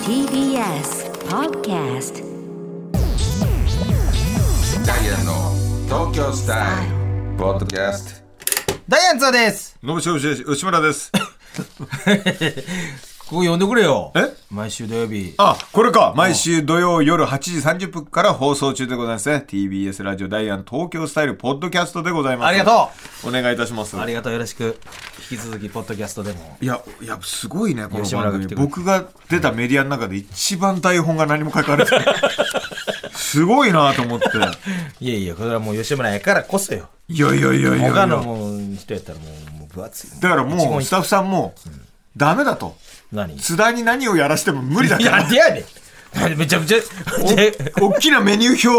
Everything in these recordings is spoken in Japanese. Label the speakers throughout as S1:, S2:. S1: TBS Podcast
S2: ダイアンの東京スタイルポッドキャス
S3: ダイアンツァです
S2: ト野口吉吉村です
S3: ここ呼んでくれよ。
S2: え
S3: 毎週土曜日。
S2: あこれか毎週土曜夜8時30分から放送中でございますね TBS ラジオダイアン東京スタイルポッドキャストでございます
S3: ありがと
S2: うお願いいたします
S3: ありがとう、よろしく。引き続き、ポッドキャストでも。
S2: いやいやすごいねこの
S3: 吉村
S2: 番
S3: が来
S2: 組
S3: てくれた
S2: 僕が出たメディアの中で一番台本が何も書かれてないすごいなと思って
S3: いやいや、これはもう吉村やからこそよ。
S2: いやいやいやいやい
S3: 他
S2: や
S3: のもう人やったらもう、もう分厚い。
S2: だからもうス
S3: 一言
S2: タッフさんもダメだと
S3: 何い
S2: 津田に何をやらしても無理だか
S3: や、
S2: ら
S3: なんでやねんなんで。めちゃめちゃ、で
S2: おっきなメニュー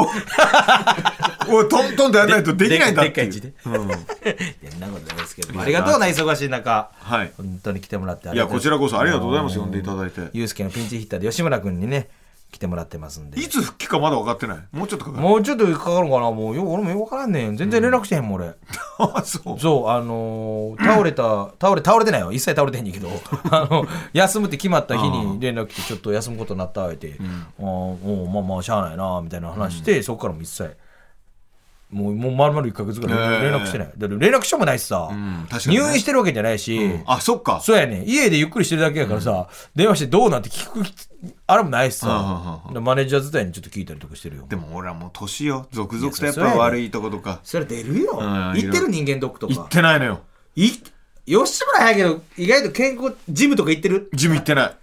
S2: 表をトントンとやらないとできないんだって
S3: でっかい。
S2: いう
S3: 字
S2: う
S3: い
S2: ん
S3: やんなことないですけども。ありがとうな、忙しい中。
S2: はい
S3: 本当に来てもらってあ
S2: い
S3: りが
S2: や、
S3: とう
S2: こちらこそありがとうございます。呼んでいただいて。
S3: ゆうすけのピンチヒッターで吉村くんにね、来てもらってますんで。
S2: いつ復帰かまだ分かってない。もうちょっとかかる。
S3: もうちょっとかかるかなもう、よ、俺もよくわからんねん。全然連絡してへんもん、俺。
S2: あ そう。
S3: そう、あのー倒れた、倒れ、倒れてないよ。一切倒れてへんねんけど、 あの、休むって決まった日に連絡来て、ちょっと休むことになった、言うて、あーおうまあまあ、しゃあないな、みたいな話して、そこからも一切、もう、もう丸々1ヶ月ぐらい連絡してない。だって連絡書もないしさ、
S2: ん確かにね
S3: 入院してるわけじゃないし、
S2: あ、そっか。
S3: そうやねん家でゆっくりしてるだけやからさ、電話してどうなんて聞く、あれもないしさ、
S2: う
S3: マネージャー自体にちょっと聞いたりとかしてるよ。
S2: でも俺はもう年よ。続々とやっ
S3: いや
S2: ぱ
S3: そうやね
S2: 悪いとことか。
S3: それ出るよ。
S2: ん
S3: 言ってる人間ドックと
S2: 行っ
S3: か。
S2: てないのよ。
S3: い吉村やけど、意外と健康、ジムとか行ってる
S2: ジム行ってない。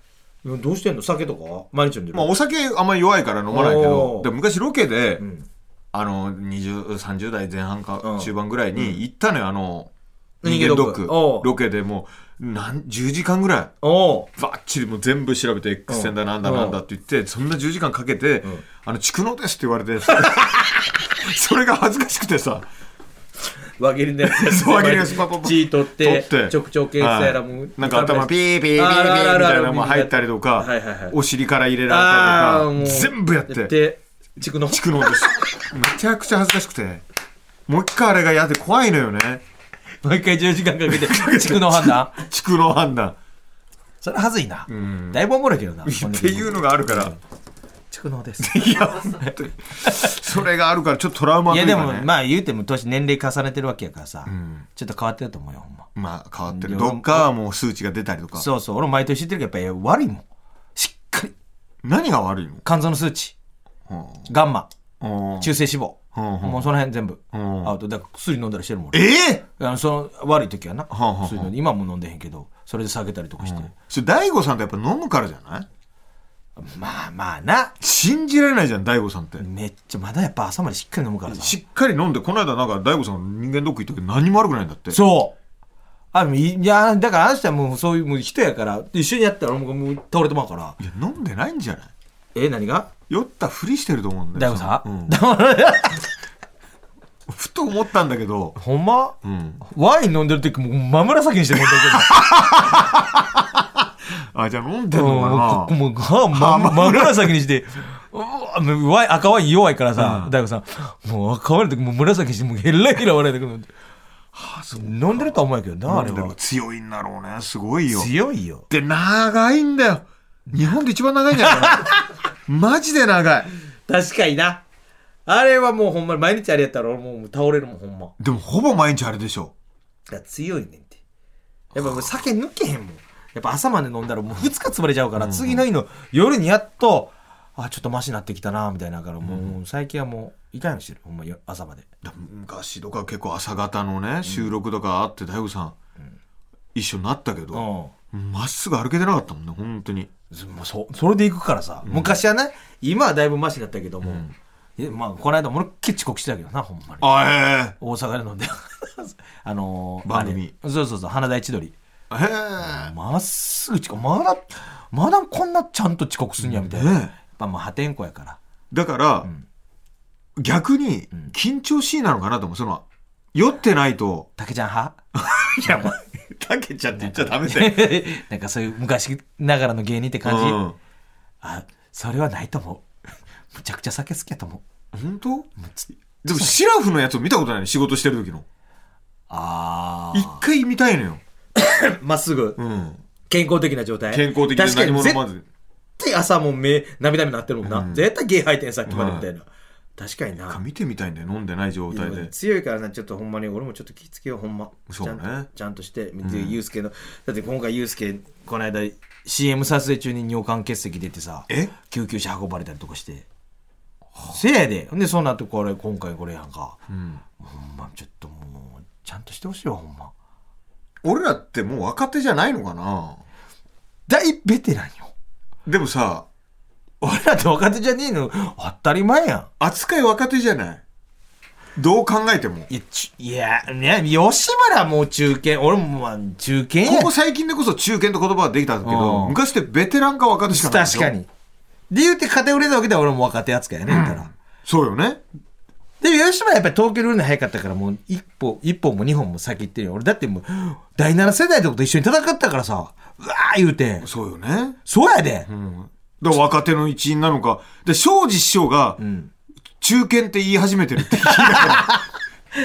S3: どうしてんの酒とか毎日飲んでる、
S2: まあ、お酒あんまり弱いから飲まないけど
S3: お、ー
S2: でも昔ロケで、あの、20、30代前半
S3: う
S2: か
S3: ん
S2: 中盤ぐらいに行ったのよ、あの、
S3: 人間
S2: 人間ド
S3: ドッ
S2: ッ
S3: ク
S2: ク。
S3: おう
S2: ロケでもう、なん、10時間ぐらい。
S3: おう
S2: ばっちりもう全部調べて X 線だなんだなんだって言ってそんな10時間かけて「あの蓄能です」って言われてそれが恥ずかしくてさ
S3: 輪切りのやつやって
S2: そう輪切りのやつパパパ
S3: 血取って
S2: 取って
S3: 直腸検査やら
S2: はい
S3: もう
S2: なんか頭ピーピーピーピーみ
S3: あるあるあるあ
S2: たい
S3: る
S2: なのも入ったりとか
S3: はいはいはい
S2: お尻から入れら
S3: あー
S2: れたり
S3: もう
S2: とか全部やっ
S3: やってて蓄の
S2: 蓄能ですめちゃくちゃ恥ずかしくてもう一回あれが嫌で怖いのよね
S3: 毎回10時間かけ て蓄の判断
S2: 蓄能判断
S3: それはずいな、だいぶおもろいけどな
S2: っていうのがあるから
S3: 蓄の です
S2: いや本当にそれがあるからちょっとトラウマ
S3: い
S2: とい
S3: や
S2: う
S3: で
S2: か
S3: も
S2: ね
S3: まあ言うても年年齢重ねてるわけやからさ、ちょっと変わってると思うよほんま
S2: まあ変わってるどっかはもう数値が出たりとか
S3: そうそう俺も毎年知ってるけどやっぱり悪いもんしっかり
S2: 何が悪いの
S3: 肝臓の数値
S2: うん
S3: ガンマ
S2: うん
S3: 中性脂肪、
S2: うんうん
S3: もうその辺全部、
S2: ん
S3: アウトだから薬飲んだりしてるもん俺
S2: ええ
S3: あのその悪い時はな、
S2: はあはあ
S3: 薬飲んで今はもう飲んでへんけどそれで下げたりとかして、
S2: それ大悟さんってやっぱ飲むからじゃない
S3: まあまあな
S2: 信じられないじゃん大悟さんって
S3: めっちゃまだやっぱ朝までしっかり飲むからさ
S2: しっかり飲んでこの間なんか大悟さん人間ドック行ったけど何も悪くないんだって
S3: そうあでもいいやだからあの人はもうそういうもう人やから一緒にやったらもうもう倒れてまうから
S2: いや飲んでないんじゃない
S3: え何が
S2: 酔ったふりしてると思うんだ
S3: 大
S2: よ
S3: 悟さん、
S2: うん ふと思ったんだけど
S3: ほんま、
S2: うん
S3: ワイン飲んでる時もう真紫にして飲んでる
S2: あじゃあ飲んで
S3: け
S2: ん
S3: ど
S2: の
S3: も
S2: か
S3: う
S2: な
S3: もう歯ま真紫にしてうわもうワイン赤ワイン弱いからさ、大悟さんもう赤ワインの時もう紫にしてもうヘラヘラ笑いてくる飲んでるとは思うんやけどなあれ
S2: 飲んでも
S3: は
S2: 強いんだろうねすごいよ
S3: 強いよ
S2: で長いんだよ日本で一番長いんじゃない かなマジで長い
S3: 確かになあれはもうほんまに毎日あれやったら俺もう倒れるもんほんま
S2: でもほぼ毎日あれでしょ
S3: いや強いねんてやっぱもう酒抜けへんもんやっぱ朝まで飲んだらもう2日潰れちゃうから、次の日の夜にやっとあちょっとマシになってきたなみたいなだからもう、最近はもういかんようにしてるほんまよ朝まで
S2: だ昔とか結構朝方のね収録とかあって大悟さん、一緒になったけ
S3: うん
S2: どまっすぐ歩けてなかったもんね本当に
S3: そもうそそれで行くからさ、昔はね今はだいぶマシだったけども、えまあこの間も俺っきり遅刻してたけどなほんまに
S2: あ
S3: 大阪で飲んで あのー、
S2: 番組
S3: あれそうそうそう花田千鳥
S2: えへえ
S3: まっすぐ遅刻まだまだこんなちゃんと遅刻すんやみたいな、
S2: ねえ
S3: やっぱもう破天荒やから
S2: だから、逆に緊張しいなのかなと思うその酔ってないと
S3: 竹ちゃん派
S2: いやもうたけちゃんって言っちゃダメ
S3: なんかそういう昔ながらの芸人って
S2: う
S3: 感じ、
S2: ん
S3: あそれはないと思うむちゃくちゃ酒好きやと思う
S2: 本当でもシラフのやつを見たことないの仕事してる時の
S3: あ
S2: 一回見たいのよ、
S3: まっすぐ
S2: うん、
S3: 健康的な状態
S2: 健康的で
S3: 確か
S2: 何
S3: に
S2: 者
S3: ぜ
S2: まず
S3: 対朝もう目涙目なってるもんな、
S2: うん
S3: 絶対ゲー吐いてんさっきまでみたいな、確かに
S2: なんか
S3: な
S2: 見てみたいんだよ飲んでない状態で
S3: 強いからなちょっとほんまに俺もちょっと気ぃつけようほんま
S2: そうね
S3: ちゃんとちゃんとして、で
S2: ん
S3: ユースケのだって今回ユースケこの間 CM 撮影中に尿管結石出てさ
S2: え
S3: 救急車運ばれたりとかしてせやでほんでその後これ今回これやんか、
S2: うん
S3: ほんまちょっともうちゃんとしてほしいわほんま
S2: 俺らってもう若手じゃないのかな
S3: 大ベテランよ
S2: でもさ
S3: 俺らって若手じゃねえの当たり前やん
S2: 扱い若手じゃないどう考えても
S3: いや、ちいや、ね、吉村も中堅、俺もまあ中堅や
S2: ここ最近でこそ中堅って言葉ができたんだけど
S3: うん
S2: 昔ってベテランか若手しかないでし
S3: 確
S2: ょ
S3: かに。で言うて偏れたわけでは俺も若手扱いやね、言ったら。
S2: そうよね
S3: で、吉村やっぱり東京ルール早かったから、もう一歩、一歩も二本も先行ってるよ。俺だってもう、第7世代とこと一緒に戦ったからさ、うわー言うて、
S2: そうよね
S3: そうやで。
S2: だから若手の一員なのかで庄司師匠が
S3: ん
S2: 中堅って言い始めてる って聞いたか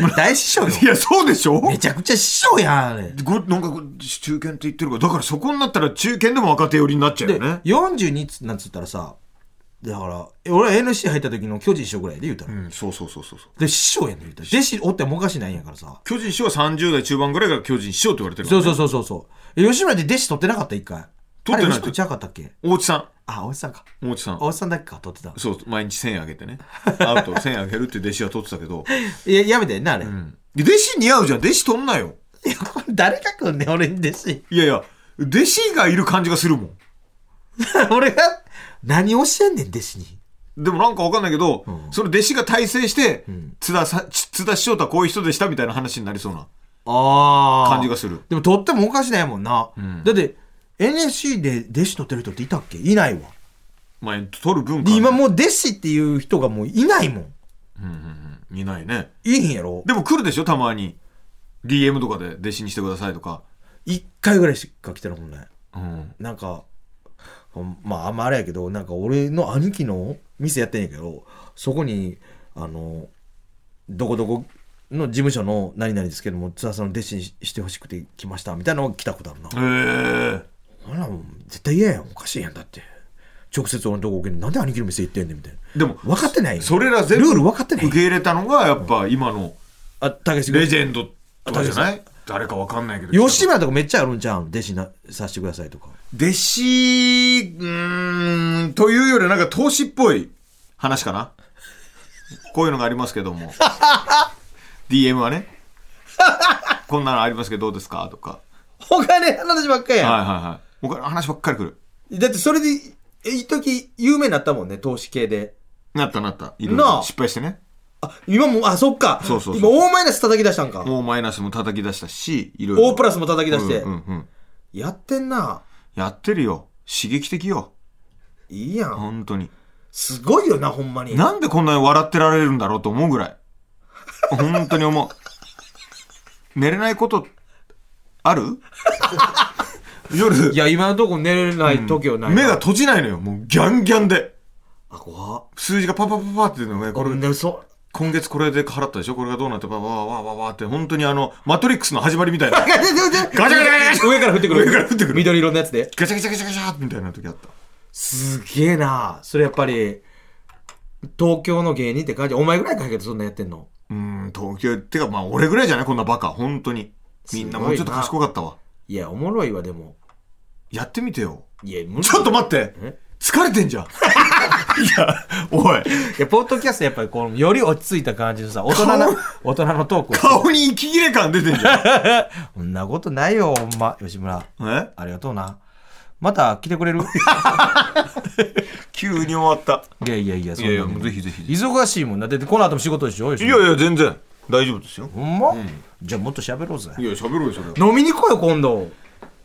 S3: もう大師匠よ
S2: らいやそうでしょ
S3: めちゃくちゃ師匠やん、あれ。
S2: ごなんかこう中堅って言ってるからだからそこになったら中堅でも若手寄りになっちゃう
S3: で、
S2: よね
S3: 42つなんつったらさ、だから、俺は NC 入った時の巨人師匠ぐらいで言うたら。
S2: うんそうそうそうそうそう
S3: で、師匠やねん言うたら。弟子おってもおかしないんやからさ。
S2: 巨人師匠は30代中盤ぐらいから巨人師匠って言われてるか
S3: そ
S2: ら
S3: う
S2: ね
S3: そうそうそうそう。え吉村って弟子取ってなかった一回。
S2: 取ってな
S3: あれ
S2: い
S3: 吉村ちゃうかったっけ
S2: 大内さ
S3: あ、おじさんか。
S2: ん大内さん
S3: おじさんだけか取ってたの。
S2: そう毎日1000円あげてねアウト1000円あげるっていう弟子は取ってたけど、
S3: いや、やめてな、あれ。
S2: うん弟子似合うじゃん弟子取んなよ
S3: いや、これ誰かくんね、俺に弟子。
S2: いやいや弟子がいる感じがするもん
S3: 俺が、何教えんねん、弟子に。
S2: でもなんかわかんないけど、
S3: ん
S2: その弟子が大成して、
S3: ん
S2: 津田さち津田師匠とはこういう人でしたみたいな話になりそうな
S3: あ
S2: 感じがする
S3: でも取ってもおかしないもんな。
S2: ん
S3: だって、NSC で弟子取ってる人っていたっけいないわ。
S2: まあ取る文化
S3: で、今もう弟子っていう人がもういないもん。
S2: うんうんうんいないね
S3: いいんやろ
S2: でも来るでしょたまに DM とかで弟子にしてくださいとか、
S3: 一回ぐらいしか来てるもんね。
S2: うん、
S3: なんか、ほんまあ、あんまあれやけど、なんか俺の兄貴の店やってんやけど、そこに、あの、どこどこの事務所の何々ですけども、津田さんの弟子にしてほしくて来ました、みたいなのが来たことあるな
S2: へ。え
S3: あら、もう絶対嫌やん。おかしいやん、だって。直接俺のとこ来て、なんで兄貴の店行ってんねん、みたいな。
S2: でも
S3: 分かってないよ
S2: それら全
S3: ルー
S2: 部
S3: ル分かってない
S2: 受
S3: よ。
S2: け入れたのがやっぱ今の
S3: あ、たけし
S2: レ
S3: 君。
S2: ジェンドとかじゃない誰かわかんないけど
S3: 吉村とかめっちゃあるんちゃうん弟子なさせてくださいとか。
S2: 弟子、うーん、というよりなんか投資っぽい話かな。こういうのがありますけど も。DM はね。こんなのありますけどどうですかとか。
S3: お金の話ばっかりや
S2: はい
S3: ん。
S2: はいはい。他の話ばっかり来る。
S3: だってそれで、え一時有名になったもんね、投資系で。
S2: なったなった。いろいろ
S3: なあ
S2: 失敗してね。
S3: あ、今も、あ、そっか。
S2: そうそうそう
S3: 今、大マイナス叩き出したんか。
S2: もうマイナスも叩き出したし、いろいろ。
S3: 大プラスも叩き出して。
S2: うんうんうん。
S3: やってんな。
S2: やってるよ。刺激的よ。
S3: いいやん。
S2: 本当に。
S3: すごいよな、ほんまに。
S2: なんでこんなに笑ってられるんだろうと思うぐらい。本当に思う。寝れないこと、ある夜
S3: い、や、今のとこ寝れない時はない。
S2: 目が。閉じないのよ。もうギャンギャンで。
S3: あ、怖っ。
S2: 数字がパパパパっていうのが、こ
S3: こ
S2: れ
S3: れ、、ね、そ、
S2: 今月これで払ったでしょこれがどうなって、パパパパパパって、本当にあの、マトリックスの始まりみたいな。ガチ
S3: ガチャガチャ
S2: ガチャガチャガチャ
S3: 上から降ってくる。
S2: 上から降ってくる
S3: 緑色のやつで。
S2: ャガチャガチャガチャみたいな時あった。
S3: すげえな。それやっぱり、東京の芸人って感じ。お前ぐらいかけどそんなやってんの。
S2: うーん、東京、ってかまあ俺ぐらいじゃないこんなバカ。本当に。みんなもうちょっと賢かったわ。
S3: いや、おもろいわ、でも。
S2: やってみてよ。
S3: いや、無理
S2: ちょっと待って
S3: え
S2: 疲れてんじゃん いや、おい。
S3: いや、ポッドキャストやっぱりこう、より落ち着いた感じのさ、大人の、大人のトークをして
S2: 顔に息切れ感出てんじゃん。
S3: そんなことないよ、ほんま。吉村、
S2: え
S3: ありがとうな。また来てくれ る
S2: 急に終わった。
S3: いやいやいや、そん
S2: い
S3: な
S2: やいや、もうぜひぜひ。い
S3: 忙しいもんな。だって、この後も仕事でしょ吉
S2: や
S3: 村
S2: いや、全然。大丈夫ですよ。
S3: ほんま、じゃあもっと喋ろうぜ。
S2: いや、喋ろうよ、それは。
S3: 飲みに行こうよ、今度。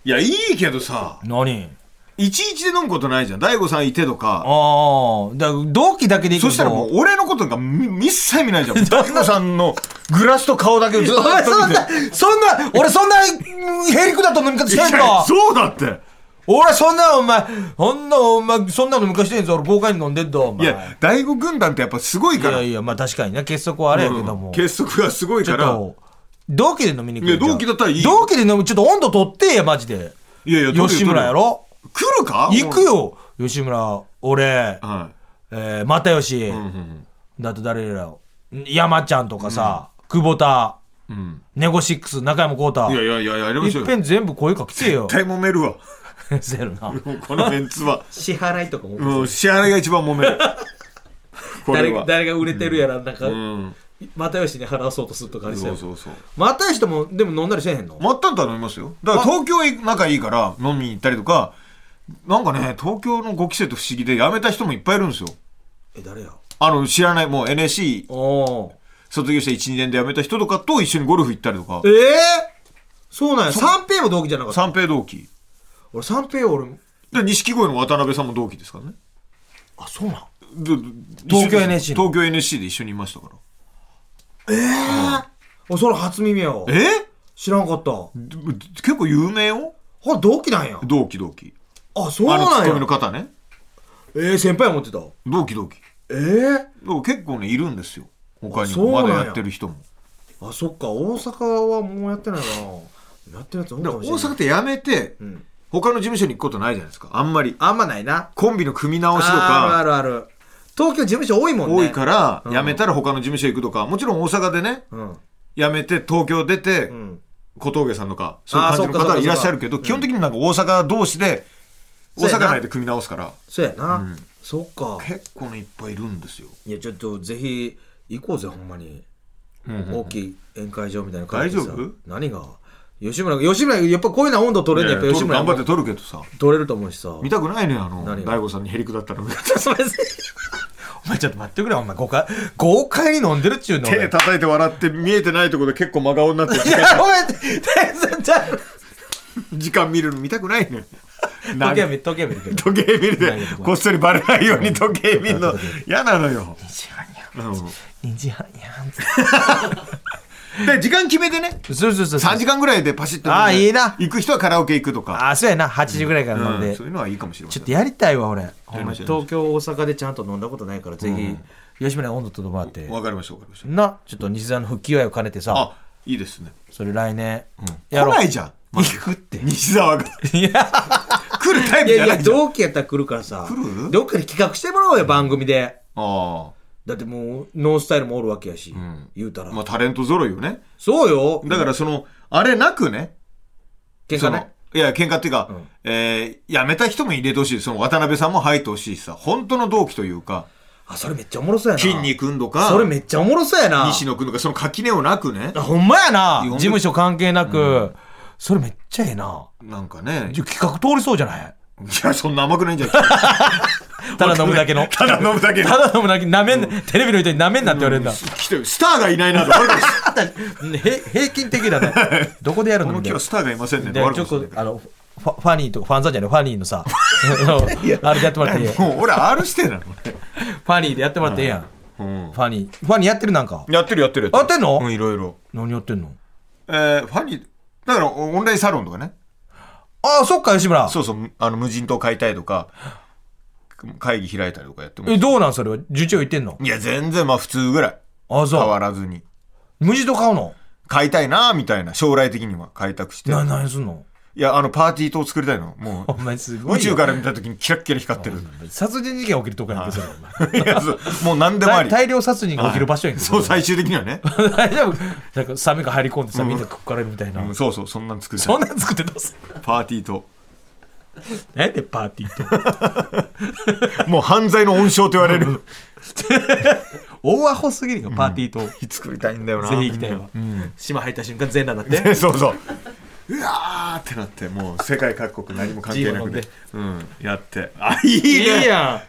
S2: いや、いいけどさ、
S3: 何
S2: いちいちで飲むことないじゃん。大悟さんいてとか。
S3: ああ、だ同期だけで行く
S2: そしたらもう、俺のことなんかみ一切見ないじゃん。 大悟さんのグラスと顔だけずっ
S3: お
S2: と
S3: 前 そん
S2: 見て
S3: な。、そんな、俺そんな、うんへりくだった飲み方してん
S2: いや
S3: の
S2: そうだって。
S3: 俺そんな、お前、そんな、お前、そんなの昔してんぞ、俺豪快に飲んでんぞ、お前。
S2: いや、大悟軍団ってやっぱすごい
S3: い
S2: から。
S3: やいや、まあ確かにね、結束はあれやけども。
S2: うん結束がすごい
S3: ちょ
S2: か
S3: っ
S2: ら。
S3: と、同期で飲みに行く
S2: いや同期だったらいいよ
S3: 同期で飲む、ちょっと温度取ってや、マジで。
S2: いやいや、どれどれ
S3: 吉村やろ
S2: 来るか
S3: 行く。よ。吉村、俺、
S2: は
S3: えー、又吉、
S2: い。うん
S3: だと誰ら、山ちゃんとかさ、久保田、
S2: うん。
S3: ネゴシックス、中山浩太。
S2: いやいやいや、やりまし
S3: い
S2: ょう
S3: っ
S2: よ。
S3: ぺん全部声かけてよ。
S2: 絶対揉めるわ。
S3: せやろな。
S2: もうこのメンツは。
S3: 支払いとかも
S2: うん、支払いが一番揉める。これ
S3: 誰
S2: は
S3: が。誰が売れてるやら、なんか
S2: う、ん。
S3: 又吉に払わそうとするとかありそうや
S2: そう
S3: もん
S2: そうそう。
S3: 又吉とも、でも飲んだりせえへんの
S2: まったんとは飲みますよ。だから東京へ仲いいから飲みに行ったりとか、なんかね、東京のご期生と不思議で辞めた人もいっぱいいるんですよ。
S3: え、誰や
S2: あの、知らない、もう NSC
S3: おお
S2: 卒業して1、2年で辞めた人とかと一緒にゴルフ行ったりとか
S3: ー。え、えそうなんや。三平も同期じゃなかった。
S2: 三平同期。
S3: 俺、三平俺、
S2: で、錦鯉の渡辺さんも同期ですからね。
S3: あ、そうなん
S2: で
S3: 東京
S2: 一緒に
S3: NSC の
S2: 東京 NSC で一緒にいましたから。
S3: 俺、それ初耳やわ。
S2: え
S3: 知らんかった。
S2: で結構有名よ
S3: あ、同期なんや。
S2: 同期同期。
S3: あ、そう
S2: あのツ
S3: な
S2: ッ
S3: ん
S2: コミの
S3: や。
S2: 方ね。
S3: えー、先輩持ってた。
S2: 同期同期。
S3: えー、
S2: だから結構ね、いるんですよ。他に
S3: あそう
S2: も。
S3: な
S2: ま
S3: んや
S2: だやってる人も。
S3: あ、そっか。大阪はもうやってないな。やってるやつ多い
S2: だ
S3: か
S2: から
S3: も
S2: 大
S3: しれない。
S2: 阪って辞めて、
S3: ん
S2: 他の事務所に行くことないじゃないですかあんまり
S3: あんまないな。
S2: コンビの組み直しと
S3: あ
S2: か
S3: るあるある。東京事務所多いもんね。
S2: 多いから
S3: うん
S2: 辞めたら他の事務所行くとかもちろん大阪でね
S3: ら。うん。
S2: 辞めて東京出て、
S3: うん。
S2: 小峠さんとかそういう感じ
S3: あーそっ
S2: の
S3: かそっ
S2: 方
S3: か
S2: いらっしゃるけど基本的になんか大阪同士で
S3: そ
S2: 大
S3: うやな
S2: 阪内で組み直すから
S3: そうやな。
S2: うん
S3: そっか。
S2: 結構ねいっぱいいるんですよ
S3: いや、ちょっとぜひ行こうぜ、ほんまに。大きい宴会場みたいな感
S2: 大
S3: じで
S2: 丈
S3: さ。
S2: 夫
S3: 何が吉村が、吉村、やっぱこういうのは温度取れんねやっぱ吉
S2: 取る
S3: 村
S2: 頑
S3: も
S2: 張って取るけどさ
S3: 取れると思うしさ。
S2: 見たくないねあの
S3: 何
S2: 大
S3: が
S2: 悟さんにへりくだったら
S3: すいません。お前ちょっと待ってくれ、お前5回、5回飲んでるっちゅうの。
S2: 手叩いて笑って見えてないところで結構真顔になって る
S3: いや、お前、大ちゃん。
S2: 時間見るの見たくないね
S3: 時計見、時計見るけど。
S2: 時計見るでこっそりバレないように時計見るの嫌なのよ、う
S3: 2時半やん。
S2: んで時間決めてね
S3: そうそうそうそう。
S2: 3時間ぐらいでパシッと
S3: あーいいな
S2: 行く人はカラオケ行くとか、
S3: ああ、そうやな。8時ぐらいから飲ん
S2: う
S3: で。
S2: んそういうのはいいかもしれま
S3: ち
S2: せ
S3: ょっ
S2: ん
S3: とやりたいわ、俺。ほん
S2: り
S3: ま
S2: ま
S3: に
S2: しょう
S3: 東京、大阪でちゃんと飲んだことないから、ぜひ、吉村に温度とどまって。
S2: わかりましたわかりました
S3: な、ちょっと西沢の復帰祝いを兼ねてさ、
S2: あいいですね
S3: それ来年、
S2: 来
S3: やろう。
S2: ないじゃん、ま ず
S3: 行くって。
S2: 西沢が
S3: いや、
S2: 来るタイ
S3: い
S2: プじ
S3: や
S2: ゃ
S3: い
S2: な
S3: や、
S2: いじゃん
S3: 同期やったら来るからさ、
S2: 来る
S3: どっかで企画してもらおうよ、番組で。
S2: あ
S3: だってもう、ノンスタイルもおるわけやし、
S2: ん
S3: 言うたら
S2: あ。まあタレント揃いよね
S3: そうよ、
S2: だからそのあれなくね
S3: 喧嘩
S2: その
S3: ね。
S2: いや喧嘩っていうか、
S3: うん
S2: えーやめた人も入れてほしいその渡辺さんも入ってほしいしさ本当の同期というか
S3: あ、それめっちゃおもろそうやな。
S2: 筋肉んとか
S3: それめっちゃおもろそうやな。
S2: 西野君とかその垣根をなくね
S3: あほんまやな。
S2: いやほ
S3: 事
S2: んと
S3: 務所関係なく、それめっちゃええな。
S2: なんかね
S3: じゃ企画通りそうじゃない
S2: いやそんな甘くないんじゃん
S3: ただ飲むだけの。
S2: ただ飲むだけの
S3: ただ飲むだけ、なめん、テレビの人になめんなって言われる んだ。
S2: 来てるスターがいないなと思います
S3: へ平均的だね。どこでやる
S2: こ
S3: の
S2: の
S3: みたい
S2: 木
S3: な
S2: はスターがいませんね
S3: で
S2: 終わる
S3: ち
S2: か
S3: ょ
S2: も
S3: っ
S2: しれ
S3: と、あの、ファファニーとか、ファンザじゃないファニーの さ、あれでやってもらっていいフ
S2: ないもう俺 R してなのね
S3: ァニーでやってもらっていいやん。
S2: うん
S3: ファニー。ファニーやってるなんか。
S2: やってるやってる
S3: やってんの
S2: うんいろいろ
S3: 何やってんの
S2: えーファニーだからオンラインサロンとかね
S3: ああ、そっか、吉村。
S2: そうそうあの無人島買いたいとか会議開いたりとかやっても
S3: え、どうなんそれは。受注行ってんの
S2: いや全然まあ普通ぐらい
S3: ああ、
S2: 変
S3: そ
S2: わらずに
S3: う。無人島買うの
S2: 買いたいなみたいな将来的には開拓して
S3: な、何すんの
S2: いやあのパーティー島作りたいのもう
S3: お前すごいよ。
S2: 宇宙から見た時にキラッキラ光ってる。
S3: 殺人事件起きるとこやんけ、それお前
S2: いやそうもう何でもあり。
S3: 大量殺人が起きる場所やんけ。
S2: そう、
S3: それ
S2: 最終的にはね。
S3: 大丈夫。なんか、サメが入り込んでさ、みんなこっからみたいな
S2: う。んそうそう、そんなん作る。
S3: そんなん作ってどうすん
S2: パーティーと。
S3: 何でパーティーと。
S2: もう犯罪の温床と言われる。
S3: 大アホすぎるよ、パーティーと。ぜ
S2: 作りたいんだよな。
S3: ひ行きたいわ。島入った瞬間全裸になっ
S2: み
S3: て。
S2: んな。そうそう。うわーってなって、もう世界各国何も関係なくね
S3: ジ。
S2: うん、やって。あ、いいね。
S3: や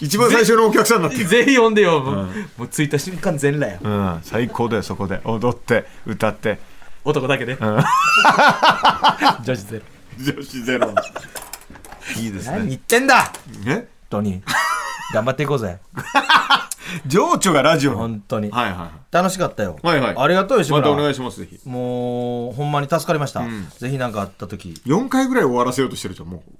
S2: 一番最初のお客さんになっ
S3: ん
S2: て る。
S3: ぜひ呼んでよ。もうもう着いた瞬間全裸や。
S2: うん、最高だよ、そこで。踊って、歌って。
S3: 男だけで。 女子ゼロ。
S2: 女子ゼロ。 いいです
S3: 何
S2: ね。
S3: 言ってんだ
S2: え
S3: 本当に。頑張っていこうぜ。
S2: 情緒がラジオの。
S3: 本当に。
S2: はいはい
S3: 楽しかったよ。
S2: はいはい
S3: ありがとう、吉
S2: ま
S3: 村。
S2: たお願いします、ぜひ。
S3: もう、ほんまに助かりました。ぜひ何かあった時。
S2: 4回ぐらい終わらせようとしてるじゃん、も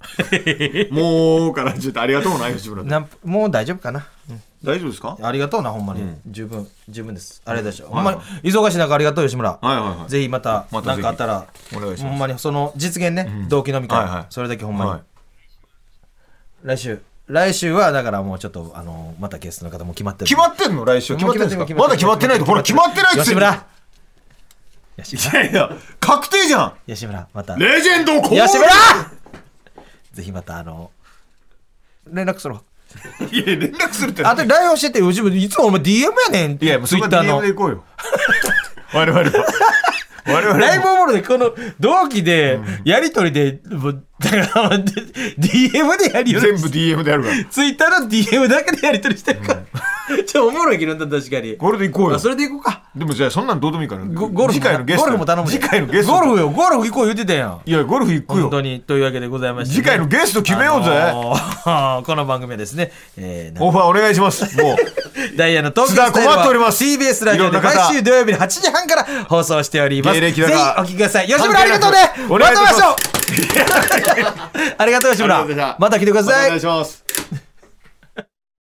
S2: う。もうからちょっとありがとうもない、吉村。
S3: なんもう大丈夫かな。
S2: 大丈夫ですかはい
S3: ありがとうな、ほんまに。十分、十分です。ありがとうございました。ほん
S2: は
S3: ま
S2: い
S3: に、忙しい中ありがとう、吉村。
S2: はいはい。
S3: ぜひまた、
S2: また
S3: な
S2: ぜひ
S3: んかあったら、
S2: お願いします
S3: ほんまに、その実現ね、同期飲み会、
S2: はいはい
S3: それだけほんまに、
S2: はい
S3: 来週来週はだからもうちょっとあのまたゲストの方も決まってる
S2: 決まってんの来週決まってんす
S3: も
S2: か
S3: う決
S2: まだ決まってないとほら決まってないっつって
S3: 吉
S2: んの
S3: 村吉
S2: いやいや確定じゃ
S3: 吉村また
S2: んレジェンドこ
S3: 吉村ぜひまたあの連絡するわ
S2: いや連絡するって
S3: あと LINE 教えてよ自分いつもお前 DM やねん
S2: いやもうそれは
S3: Twitter の
S2: DM で行こうよ 我 々は我々は
S3: ライブおもろでこの同期でやりとりで、もうだから DM でやりと
S2: 全
S3: り
S2: 部 DM でやるから
S3: ツイッターの DM だけでやりとりしてるから、 ちょおもろいけどな確かに
S2: これで行こう
S3: あ
S2: よ
S3: それでいこうか
S2: でもじゃあそんなんどうでもいいから
S3: ゴゴルフ
S2: 次
S3: も
S2: 回のゲス
S3: ゴ
S2: ト
S3: ルフも頼むで
S2: 次回のゲスト
S3: ゴルフよゴルフ行こう言ってたやん
S2: いやゴルフ行く
S3: 本当
S2: よ
S3: にというわけでございましてね、
S2: 次回のゲスト決めようぜ、
S3: あのーこの番組はですね、えーなん
S2: オファーお願いします もう
S3: ダイヤの東京スタイル
S2: 津田困っており
S3: は
S2: ます
S3: TBS ラジオで
S2: いろんな方
S3: 毎週土曜日の8時半から放送しております。
S2: 芸
S3: ぜ
S2: 歴
S3: ひお
S2: だか
S3: 聞きください。吉村ありがとうね
S2: お
S3: ま
S2: 願いい
S3: た
S2: た
S3: 会いま
S2: し
S3: しょう
S2: ます
S3: ありがとう吉村。また来てください。
S2: します